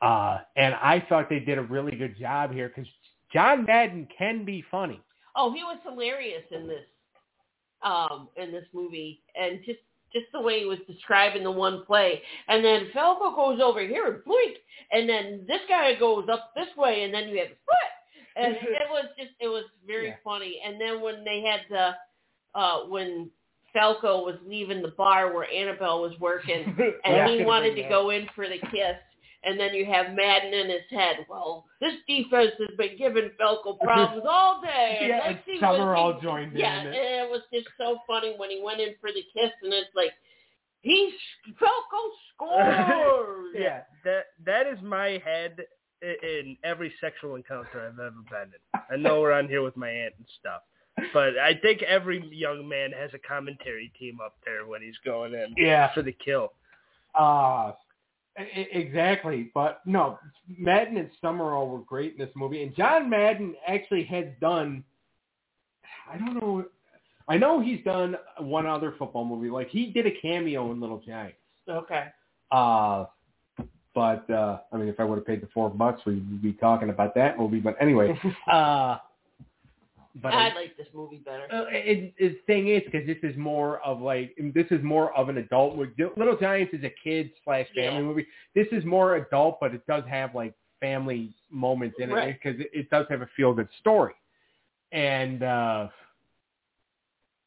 [SPEAKER 1] Uh, and I thought they did a really good job here because John Madden can be funny.
[SPEAKER 2] Oh, he was hilarious in this um in this movie and just just the way he was describing the one play. And then Falco goes over here and blink and then this guy goes up this way and then you have a foot. And it was just it was very
[SPEAKER 1] Yeah.
[SPEAKER 2] funny. And then when they had the uh when Falco was leaving the bar where Annabelle was working and
[SPEAKER 1] Yeah.
[SPEAKER 2] he wanted to go in for the kiss. And then you have Madden in his head. Well, this defense has been giving Falco problems all day.
[SPEAKER 1] Yeah,
[SPEAKER 2] Let's
[SPEAKER 1] and
[SPEAKER 2] see what
[SPEAKER 1] Summerall
[SPEAKER 2] he-
[SPEAKER 1] joined in
[SPEAKER 2] yeah,
[SPEAKER 1] on it.
[SPEAKER 2] and it was just so funny when he went in for the kiss, and it's like he Falco scores.
[SPEAKER 3] Yeah, that that is my head i- in every sexual encounter I've ever been in. I know we're on here with my aunt and stuff, but I think every young man has a commentary team up there when he's going in
[SPEAKER 1] Yeah.
[SPEAKER 3] for the kill.
[SPEAKER 1] Uh, e- e- exactly. But no, Madden and Summerall were great in this movie. And John Madden actually has done, I don't know, I know he's done one other football movie. Like he did a cameo in Little Giants.
[SPEAKER 2] Okay.
[SPEAKER 1] Uh, but, uh, I mean, if I would have paid the four bucks, we'd be talking about that movie. But anyway, uh, but
[SPEAKER 2] I like this movie better.
[SPEAKER 1] uh, it, it, thing is because this is more of like this is more of an adult movie. Little Giants is a kid slash family
[SPEAKER 2] Yeah.
[SPEAKER 1] movie. This is more adult, but it does have like family moments in it
[SPEAKER 2] Right.
[SPEAKER 1] because it, it does have a feel good story. And uh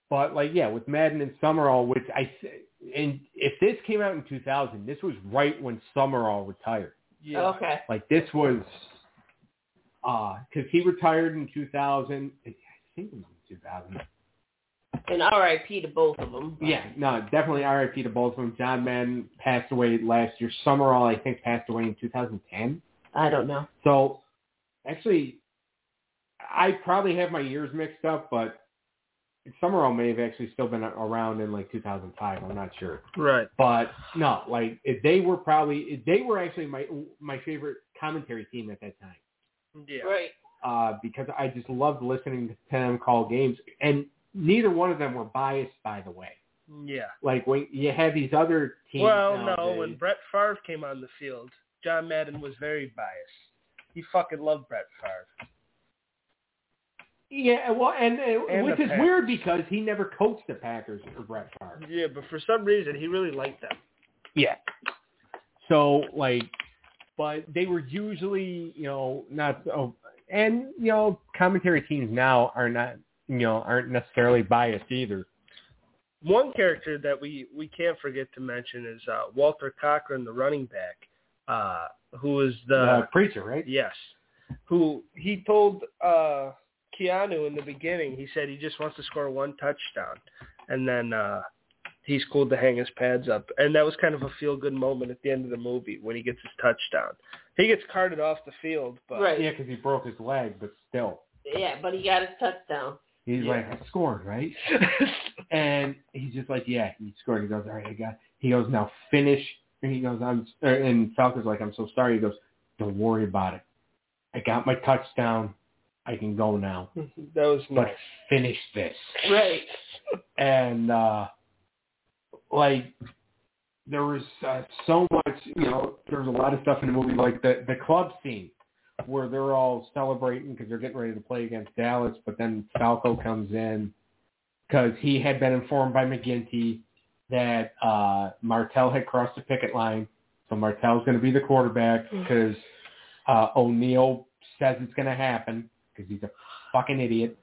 [SPEAKER 1] but like yeah, with Madden and Summerall, which I s- and if this came out in 2000, this was right when Summerall retired.
[SPEAKER 3] Yeah,
[SPEAKER 2] Okay.
[SPEAKER 1] Like this was, uh, because he retired in 2000. I think it was in 2000.
[SPEAKER 2] And R.I.P. to both of them.
[SPEAKER 1] Yeah, no, definitely RIP to both of them. John Madden passed away last year. Summerall, I think, passed away in 2010.
[SPEAKER 2] I don't know.
[SPEAKER 1] So, actually, I probably have my years mixed up, but Summerall may have actually still been around in like 2005. I'm not sure.
[SPEAKER 3] right.
[SPEAKER 1] But no, like if they were probably if they were actually my my favorite commentary team at that time.
[SPEAKER 3] Yeah,
[SPEAKER 2] Right.
[SPEAKER 1] uh, because I just loved listening to them call games. And neither one of them were biased, by the way.
[SPEAKER 3] Yeah.
[SPEAKER 1] Like when you have these other teams.
[SPEAKER 3] Well, no,
[SPEAKER 1] nowadays-
[SPEAKER 3] when Brett Favre came on the field, John Madden was very biased. He fucking loved Brett Favre.
[SPEAKER 1] yeah, well, and, uh,
[SPEAKER 3] And
[SPEAKER 1] which
[SPEAKER 3] the
[SPEAKER 1] is
[SPEAKER 3] Packers.
[SPEAKER 1] weird because he never coached the Packers for Brett Favre.
[SPEAKER 3] Yeah, but for some reason, he really liked them.
[SPEAKER 1] Yeah. So like, but they were usually you know not so, and you know commentary teams now are not you know aren't necessarily biased either.
[SPEAKER 3] One character that we we can't forget to mention is uh, Walter Cochran, the running back, uh, who was the
[SPEAKER 1] uh, preacher, right?
[SPEAKER 3] yes, who he told uh, Keanu in the beginning. He said he just wants to score one touchdown, and then uh, he's cool to hang his pads up. And that was kind of a feel good moment at the end of the movie when he gets his touchdown. He gets carted off the field, but
[SPEAKER 2] Right.
[SPEAKER 1] Yeah, because he broke his leg, but still
[SPEAKER 2] Yeah, but he got his touchdown.
[SPEAKER 1] he's
[SPEAKER 3] Yeah.
[SPEAKER 1] like I scored, right? And he's just like, yeah, he scored. He goes, all right, I got. He goes now finish. And he goes, I'm. er, And Falco's like, I'm so sorry. He goes, don't worry about it. I got my touchdown. I can go now.
[SPEAKER 3] that was nice.
[SPEAKER 1] But finish this.
[SPEAKER 2] Right.
[SPEAKER 1] and uh like there was uh, so much you know there was a lot of stuff in the movie like the the club scene where they're all celebrating because they're getting ready to play against Dallas but then Falco comes in because he had been informed by McGinty that uh Martell had crossed the picket line so Martell's going to be the quarterback because uh O'Neal says it's going to happen because he's a fucking idiot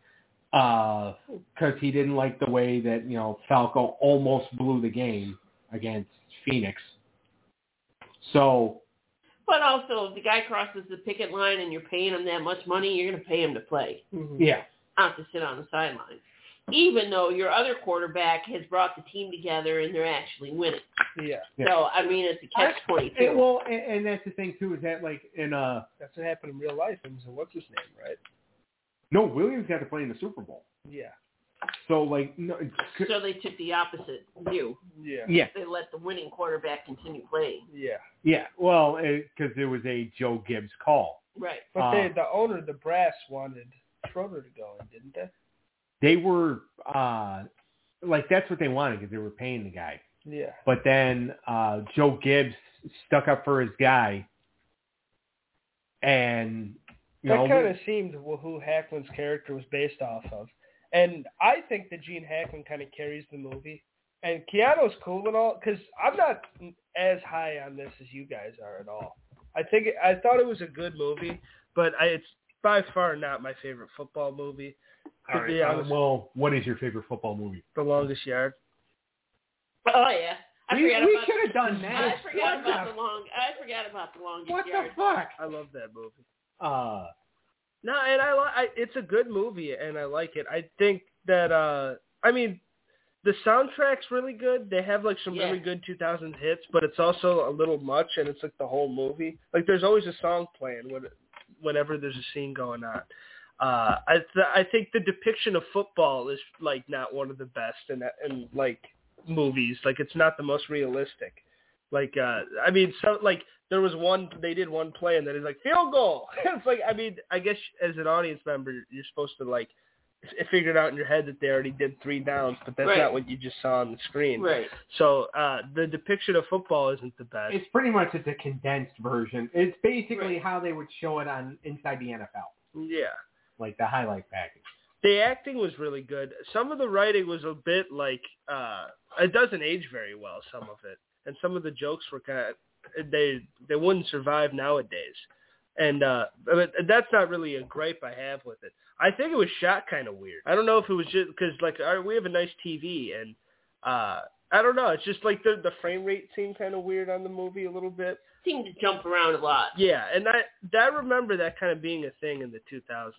[SPEAKER 1] uh because he didn't like the way that you know Falco almost blew the game against Phoenix. So
[SPEAKER 2] But also, if the guy crosses the picket line and you're paying him that much money, you're going to pay him to play,
[SPEAKER 1] yeah,
[SPEAKER 2] not to sit on the sideline. Even though your other quarterback has brought the team together and they're actually winning.
[SPEAKER 3] Yeah,
[SPEAKER 1] Yeah.
[SPEAKER 2] So, I mean, it's a catch 22.
[SPEAKER 1] and, Eh, well, and, and that's the thing too is that like in uh
[SPEAKER 3] that's what happened in real life. And so what's his name, right?
[SPEAKER 1] no Williams got to play in the Super Bowl,
[SPEAKER 3] Yeah,
[SPEAKER 1] so like no
[SPEAKER 2] so they took the opposite view.
[SPEAKER 3] yeah,
[SPEAKER 1] yeah
[SPEAKER 2] They let the winning quarterback continue playing.
[SPEAKER 3] yeah.
[SPEAKER 1] yeah well because it was a Joe Gibbs call.
[SPEAKER 2] Right.
[SPEAKER 3] But
[SPEAKER 1] Uh,
[SPEAKER 3] they, the owner, the brass, wanted Schroeder to go in, didn't they?
[SPEAKER 1] They were uh like that's what they wanted because they were paying the guy.
[SPEAKER 3] Yeah.
[SPEAKER 1] But then uh, Joe Gibbs stuck up for his guy, and you
[SPEAKER 3] That
[SPEAKER 1] know,
[SPEAKER 3] kind of seemed wh- who Hackman's character was based off of. And I think that Gene Hackman kind of carries the movie. And Keanu's cool and all, because I'm not as high on this as you guys are at all. I think I thought it was a good movie, but I, it's by far not my favorite football movie. To
[SPEAKER 1] All right,
[SPEAKER 3] be
[SPEAKER 1] uh,
[SPEAKER 3] honest,
[SPEAKER 1] well, what is your favorite football movie?
[SPEAKER 3] The Longest Yard.
[SPEAKER 2] Oh, yeah. I
[SPEAKER 1] we
[SPEAKER 2] forgot about
[SPEAKER 1] should have done
[SPEAKER 2] I
[SPEAKER 1] that.
[SPEAKER 2] forgot
[SPEAKER 1] what
[SPEAKER 2] about the long. I forgot about the longest
[SPEAKER 1] the, what
[SPEAKER 2] yard.
[SPEAKER 1] the fuck?
[SPEAKER 3] I love that movie.
[SPEAKER 1] Uh,
[SPEAKER 3] No, and I, li- I it's a good movie and I like it. I think that uh I mean the soundtrack's really good. They have like some
[SPEAKER 2] Yeah.
[SPEAKER 3] really good 2000s hits, but it's also a little much and it's like the whole movie. Like there's always a song playing when whenever there's a scene going on. Uh I th- I think the depiction of football is like not one of the best in that- in like movies. Like it's not the most realistic. Like uh I mean so like there was one they did one play and then it's like field goal. it's like I mean I guess as an audience member you're supposed to like f- figure it out in your head that they already did three downs, but that's
[SPEAKER 2] Right.
[SPEAKER 3] not what you just saw on the screen.
[SPEAKER 2] Right.
[SPEAKER 3] So uh the depiction of football isn't the best.
[SPEAKER 1] it's pretty much it's a condensed version. It's basically
[SPEAKER 2] Right.
[SPEAKER 1] how they would show it on inside the NFL,
[SPEAKER 3] yeah.
[SPEAKER 1] like the highlight package.
[SPEAKER 3] The acting was really good. Some of the writing was a bit like uh it doesn't age very well some of it. And some of the jokes were kind of they they wouldn't survive nowadays. And uh but that's not really a gripe I have with it. I think it was shot kind of weird. I don't know if it was just cuz like our, we have a nice TV and uh I don't know, it's just like the the frame rate seemed kind of weird on the movie a little bit.
[SPEAKER 2] Seemed to jump around a lot.
[SPEAKER 3] Yeah, and I that I remember that kind of being a thing in the 2000s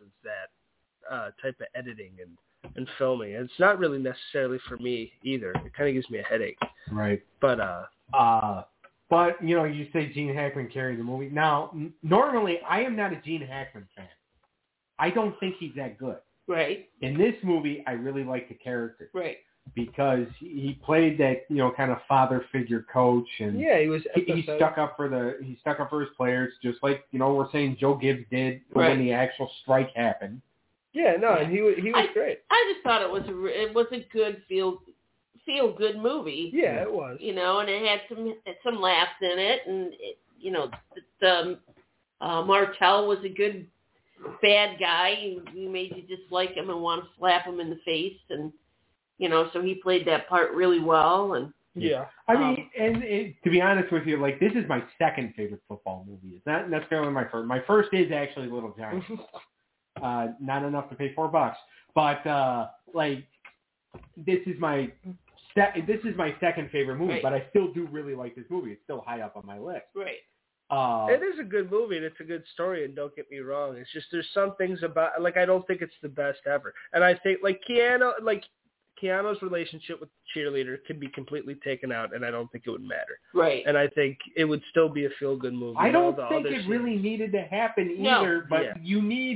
[SPEAKER 3] that uh type of editing and and filming. And it's not really necessarily for me either. It kind of gives me a headache.
[SPEAKER 1] Right.
[SPEAKER 3] But uh
[SPEAKER 1] Uh, but you know, you say Gene Hackman carried the movie. Now, n- normally I am not a Gene Hackman fan. I don't think he's that good.
[SPEAKER 2] Right.
[SPEAKER 1] In this movie, I really like the character.
[SPEAKER 2] Right.
[SPEAKER 1] because he played that you know kind of father figure coach and
[SPEAKER 3] Yeah, he was.
[SPEAKER 1] he, he
[SPEAKER 3] empathetic.
[SPEAKER 1] stuck up for the he stuck up for his players just like you know we're saying Joe Gibbs did
[SPEAKER 2] Right.
[SPEAKER 1] when the actual strike happened.
[SPEAKER 3] Yeah, no, and he wa- he was
[SPEAKER 2] I-
[SPEAKER 3] great.
[SPEAKER 2] I just thought it was a, re- it was a good feel feel good movie.
[SPEAKER 3] Yeah, it was.
[SPEAKER 2] You know, and it had some some laughs in it, and it, you know, the, the uh, Martel was a good bad guy. He, he made you dislike him and want to slap him in the face, and you know, so he played that part really well. And
[SPEAKER 3] Yeah,
[SPEAKER 1] I
[SPEAKER 2] Um,
[SPEAKER 1] mean, and it, to be honest with you, like this is my second favorite football movie. It's not necessarily my first. My first is actually Little Giants. uh, not enough to pay four bucks, but uh, like this is my sec- this is my second favorite movie.
[SPEAKER 2] Right.
[SPEAKER 1] But I still do really like this movie. It's still high up on my list.
[SPEAKER 2] right,
[SPEAKER 1] Uh,
[SPEAKER 3] it is a good movie and it's a good story. And don't get me wrong, it's just there's some things about like I don't think it's the best ever. And I think like Keanu, like Keanu's relationship with the cheerleader could be completely taken out, and I don't think it would matter.
[SPEAKER 2] right.
[SPEAKER 3] And I think it would still be a feel good movie.
[SPEAKER 1] I
[SPEAKER 3] with all
[SPEAKER 1] don't
[SPEAKER 3] the
[SPEAKER 1] think
[SPEAKER 3] other
[SPEAKER 1] it
[SPEAKER 3] scenes.
[SPEAKER 1] really needed to happen
[SPEAKER 2] No.
[SPEAKER 1] either. But
[SPEAKER 3] Yeah.
[SPEAKER 1] you need,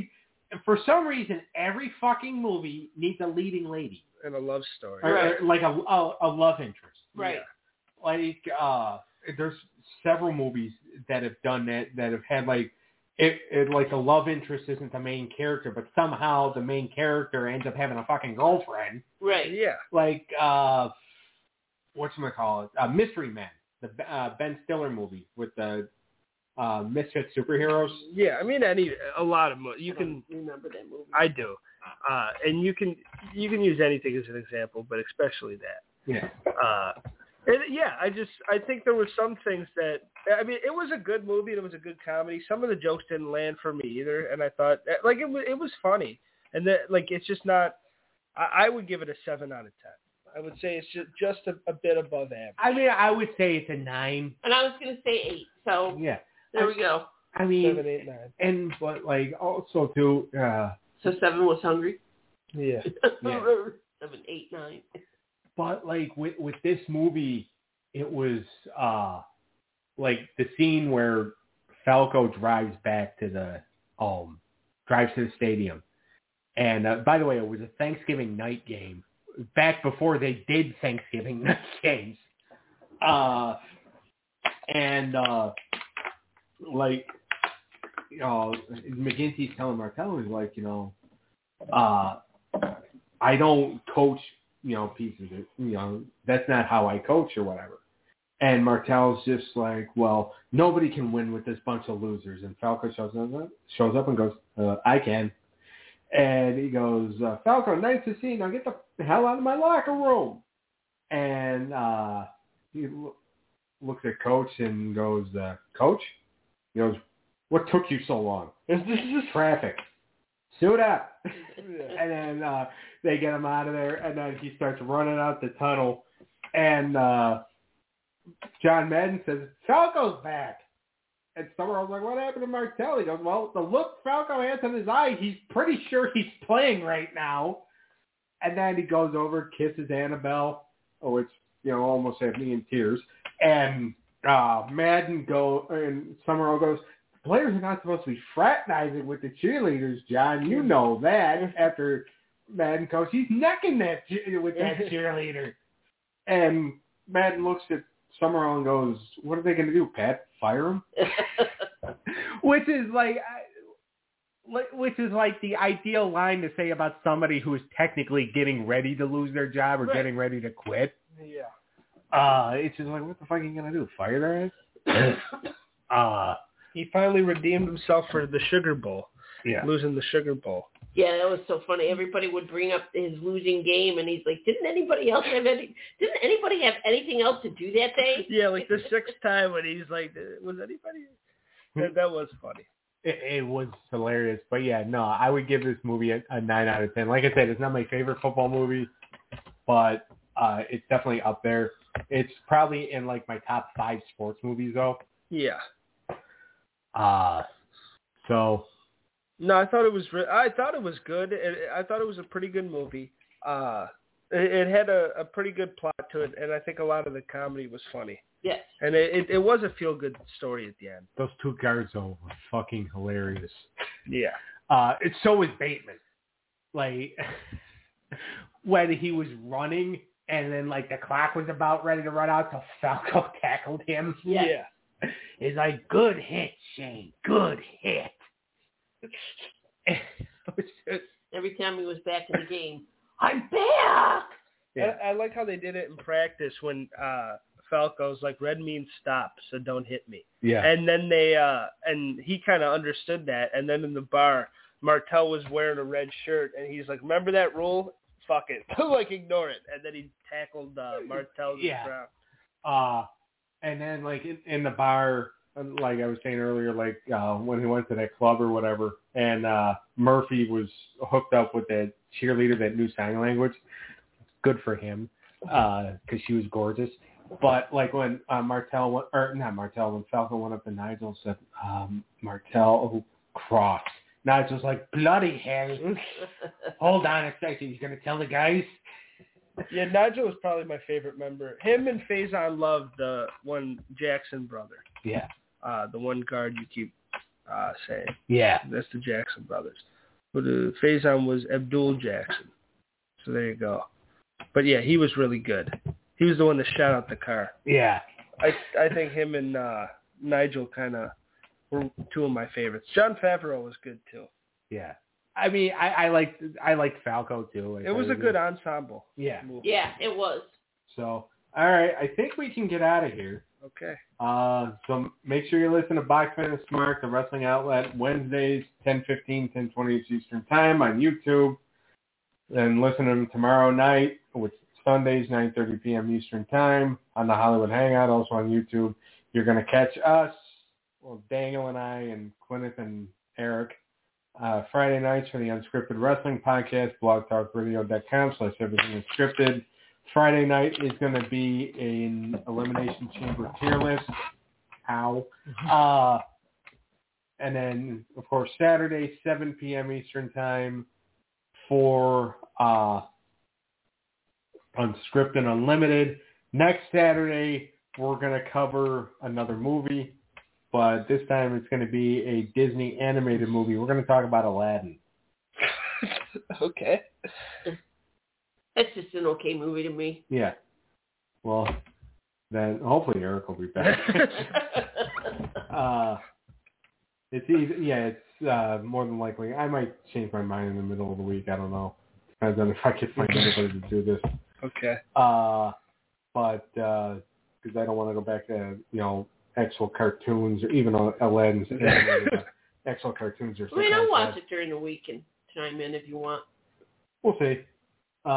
[SPEAKER 1] for some reason, every fucking movie needs a leading lady,
[SPEAKER 3] and a love story.
[SPEAKER 1] or,
[SPEAKER 2] Right.
[SPEAKER 1] or like a, a a love interest.
[SPEAKER 2] Right.
[SPEAKER 1] like uh there's several movies that have done that that have had like it, it like the love interest isn't the main character but somehow the main character ends up having a fucking girlfriend
[SPEAKER 2] Right.
[SPEAKER 3] Yeah,
[SPEAKER 1] like uh what's gonna call it uh, mystery men the uh, ben stiller movie with the uh misfit superheroes
[SPEAKER 3] yeah. I mean, any a lot of mo- you
[SPEAKER 2] I
[SPEAKER 3] can
[SPEAKER 2] don't remember that movie.
[SPEAKER 3] I do, uh, and you can you can use anything as an example, but especially that.
[SPEAKER 1] yeah
[SPEAKER 3] Uh, and yeah, I just I think there were some things that I mean, it was a good movie and it was a good comedy. Some of the jokes didn't land for me either, and I thought eh, like it was it was funny, and that like it's just not. I, I would give it a seven out of ten. I would say it's just just a, a bit above average.
[SPEAKER 1] i mean i would say it's a nine
[SPEAKER 2] and I was going to say eight. So
[SPEAKER 1] yeah
[SPEAKER 2] there we go.
[SPEAKER 1] i mean
[SPEAKER 3] Seven, eight, nine.
[SPEAKER 1] and but like also too uh
[SPEAKER 2] So seven was hungry.
[SPEAKER 3] Yeah.
[SPEAKER 1] Yeah.
[SPEAKER 2] seven, eight, nine.
[SPEAKER 1] but like with with this movie it was uh like the scene where falco drives back to the um drives to the stadium and uh, by the way it was a thanksgiving night game back before they did thanksgiving night games uh and uh like you know mcginty's telling martello he's like you know uh i don't coach you know, pieces of, you know, that's not how I coach or whatever. And Martel's just like, well, nobody can win with this bunch of losers. And Falco shows up, shows up and goes, uh, I can. And he goes, uh, Falco, nice to see you. Now get the hell out of my locker room. And uh, he lo- looks at Coach and goes, uh, Coach? He goes, what took you so long? This is traffic. Suit up. And then uh, they get him out of there, and then he starts running out the tunnel. And uh, John Madden says, Falco's back. And Summerall's like, what happened to Martell? He goes, well, the look Falco has in his eye, he's pretty sure he's playing right now. And then he goes over, kisses Annabelle. Oh, it's, you know, almost had me in tears. And uh, Madden go, and Summerall goes, players are not supposed to be fraternizing with the cheerleaders, John. You know that. After Madden goes, he's necking that che- with that cheerleader. And Madden looks at Summerall and goes, "What are they going to do, Pat? Fire him?" Which is like. I, like- which is like the ideal line to say about somebody who is technically getting ready to lose their job or
[SPEAKER 2] Right.
[SPEAKER 1] getting ready to quit.
[SPEAKER 3] Yeah.
[SPEAKER 1] Uh, it's just like, what the fuck are you gonna do? Fire their ass? uh,
[SPEAKER 3] He finally redeemed himself for the Sugar Bowl,
[SPEAKER 1] yeah.
[SPEAKER 3] losing the Sugar Bowl.
[SPEAKER 2] Yeah, that was so funny. Everybody would bring up his losing game, and he's like, "Didn't anybody else have any? Didn't anybody have anything else to do that day?"
[SPEAKER 3] Yeah, like the sixth time when he's like, was anybody? That, that was funny.
[SPEAKER 1] It, it was hilarious, but yeah, no, I would give this movie a, a nine out of ten. Like I said, it's not my favorite football movie, but uh, it's definitely up there. It's probably in like my top five sports movies though.
[SPEAKER 3] Yeah.
[SPEAKER 1] Uh, so
[SPEAKER 3] No, I thought it was. Re- I thought it was good. It, I thought it was a pretty good movie. Uh, it, it had a, a pretty good plot to it, and I think a lot of the comedy was funny.
[SPEAKER 2] Yes.
[SPEAKER 3] And it, it, it was a feel good story at the end.
[SPEAKER 1] those two guards though were fucking hilarious.
[SPEAKER 3] Yeah.
[SPEAKER 1] Uh, it's so is Bateman. Like when he was running and then like the clock was about ready to run out, so Falco tackled him.
[SPEAKER 2] Yes.
[SPEAKER 3] Yeah.
[SPEAKER 1] He's like, "Good hit, Shane. Good hit." It was just-
[SPEAKER 2] Every time he was back in the game, I'm back.
[SPEAKER 1] Yeah.
[SPEAKER 3] I, I like how they did it in practice when uh Falco's like red means stop, so don't hit me. And then they uh and he kind of understood that and then in the bar Martel was wearing a red shirt and he's like remember that rule? Fuck it. like ignore it. And then he tackled uh Martel to
[SPEAKER 1] Yeah.
[SPEAKER 3] the ground.
[SPEAKER 1] Uh, and then like in, in the bar, uh, like I was saying earlier, like uh, when he went to that club or whatever, and uh, Murphy was hooked up with that cheerleader that knew sign language. Good for him, because she was gorgeous. But like when uh, Martel went, or not Martel, when Falco went up to Nigel and said, um, "Martel who cross." Nigel's like, "Bloody hell! Hold on a second, you're gonna tell the guys."
[SPEAKER 3] Yeah, Nigel was probably my favorite member. Him and Faison Love, the one Jackson brother.
[SPEAKER 1] Yeah,
[SPEAKER 3] Uh the one guard you keep uh saying.
[SPEAKER 1] yeah,
[SPEAKER 3] That's the Jackson brothers. But the Faison was Abdul Jackson. So there you go. But yeah, he was really good. He was the one that shot out the car.
[SPEAKER 1] yeah.
[SPEAKER 3] I I think him and uh, Nigel kind of were two of my favorites. John Favreau was good too.
[SPEAKER 1] Yeah. I mean, I, I liked I liked Falco too. Like,
[SPEAKER 3] It was
[SPEAKER 1] I-
[SPEAKER 3] a good ensemble.
[SPEAKER 1] yeah.
[SPEAKER 3] movie.
[SPEAKER 2] Yeah, it was.
[SPEAKER 1] So, all right, I think we can get out of here.
[SPEAKER 3] Okay.
[SPEAKER 1] Uh, so make sure you listen to Boxman and Smart, the wrestling outlet, Wednesdays, 10:15, 10:20 Eastern Time on YouTube, and listen to them tomorrow night, which is Sundays, 9:30 p.m. Eastern Time on the Hollywood Hangout, also on YouTube. You're gonna catch us, well, Daniel and I, and Quinith and Eric. Uh, Friday nights for the Unscripted Wrestling Podcast, blogtalkradio.com slash everything is scripted. Friday night is going to be an Elimination Chamber tier list. How? Uh, and then, of course, Saturday, 7 p.m. Eastern Time for uh, Unscripted Unlimited. Next Saturday, we're going to cover another movie, but this time it's going to be a Disney animated movie. We're going to talk about Aladdin.
[SPEAKER 3] okay.
[SPEAKER 2] That's just an okay movie to me.
[SPEAKER 1] Yeah. Well, then hopefully Eric will be back. Uh, it's easy. Yeah, it's uh, more than likely. I might change my mind in the middle of the week. I don't know. Depends on if I can find anybody to do this.
[SPEAKER 3] okay.
[SPEAKER 1] Uh, but because I don't want to go back to you know actual cartoons or even uh, Aladdin's animated, uh, actual cartoons or
[SPEAKER 2] I mean,
[SPEAKER 1] something.
[SPEAKER 2] I'll
[SPEAKER 1] like that.
[SPEAKER 2] watch it during the week and chime in if you want.
[SPEAKER 1] We'll see. Uh,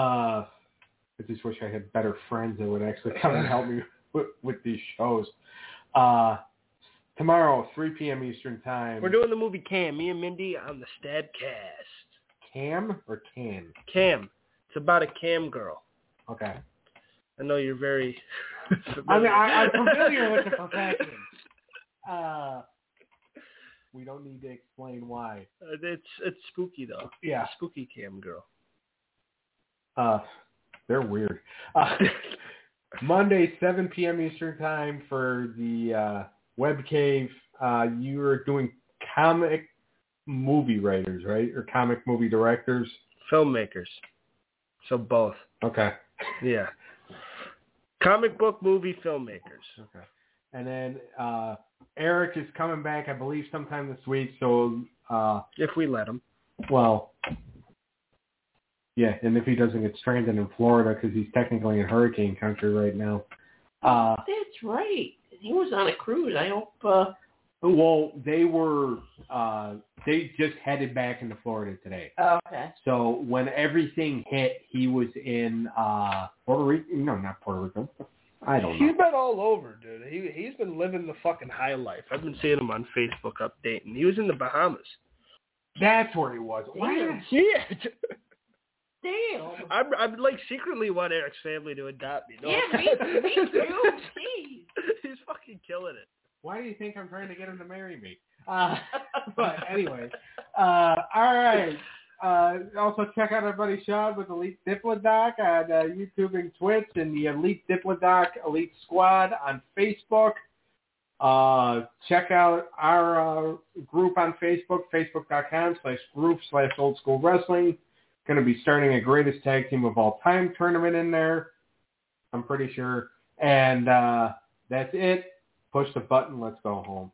[SPEAKER 1] I just wish I had better friends that would actually come and help me with, with these shows. Uh, tomorrow, 3 p.m. Eastern Time.
[SPEAKER 3] We're doing the movie Cam. Me and Mindy on the Stabcast.
[SPEAKER 1] Cam or Can?
[SPEAKER 3] Cam. It's about a cam girl.
[SPEAKER 1] Okay.
[SPEAKER 3] I know you're very.
[SPEAKER 1] I mean,
[SPEAKER 3] familiar.
[SPEAKER 1] I, I'm familiar with the profession. Uh, we don't need to explain why.
[SPEAKER 3] Uh, It's it's spooky though.
[SPEAKER 1] Yeah.
[SPEAKER 3] Spooky cam girl.
[SPEAKER 1] Uh, they're weird. Uh, Monday, 7 p.m. Eastern Time for the uh, Web Cave. Uh, you are doing comic movie writers, right? Or comic movie directors.
[SPEAKER 3] Filmmakers. So both.
[SPEAKER 1] Okay.
[SPEAKER 3] Yeah. Comic book movie filmmakers.
[SPEAKER 1] Okay. And then uh, Eric is coming back, I believe, sometime this week. So, uh,
[SPEAKER 3] If we let them.
[SPEAKER 1] well, yeah, and if he doesn't get stranded in Florida because he's technically in hurricane country right now. Uh,
[SPEAKER 2] That's right. He was on a cruise. I hope. Uh,
[SPEAKER 1] well, they were, uh, they just headed back into Florida today.
[SPEAKER 2] oh, okay.
[SPEAKER 1] So when everything hit, he was in uh Puerto Rico. No, not Puerto Rico. I don't know.
[SPEAKER 3] He's been all over, dude. He he's been living the fucking high life. I've been seeing him on Facebook updating. He was in the Bahamas.
[SPEAKER 1] That's where he was. Why did I-
[SPEAKER 3] Yeah.
[SPEAKER 2] Damn.
[SPEAKER 3] I'm I'm like secretly want Eric's family to adopt me. No
[SPEAKER 2] yeah, me, me
[SPEAKER 3] offense.
[SPEAKER 2] too. Jeez.
[SPEAKER 3] he's fucking killing it.
[SPEAKER 1] Why do you think I'm trying to get him to marry me? Uh, but anyway, uh, all right. Uh, also check out our buddy Sean with Elite Diplodoc on uh, YouTube and Twitch, and the Elite Diplodoc Elite Squad on Facebook. Uh, check out our uh, group on Facebook, facebook.com slash group slash old school wrestling. Going to be starting a greatest tag team of all time tournament in there. I'm pretty sure. And uh, that's it. Push the button. Let's go home.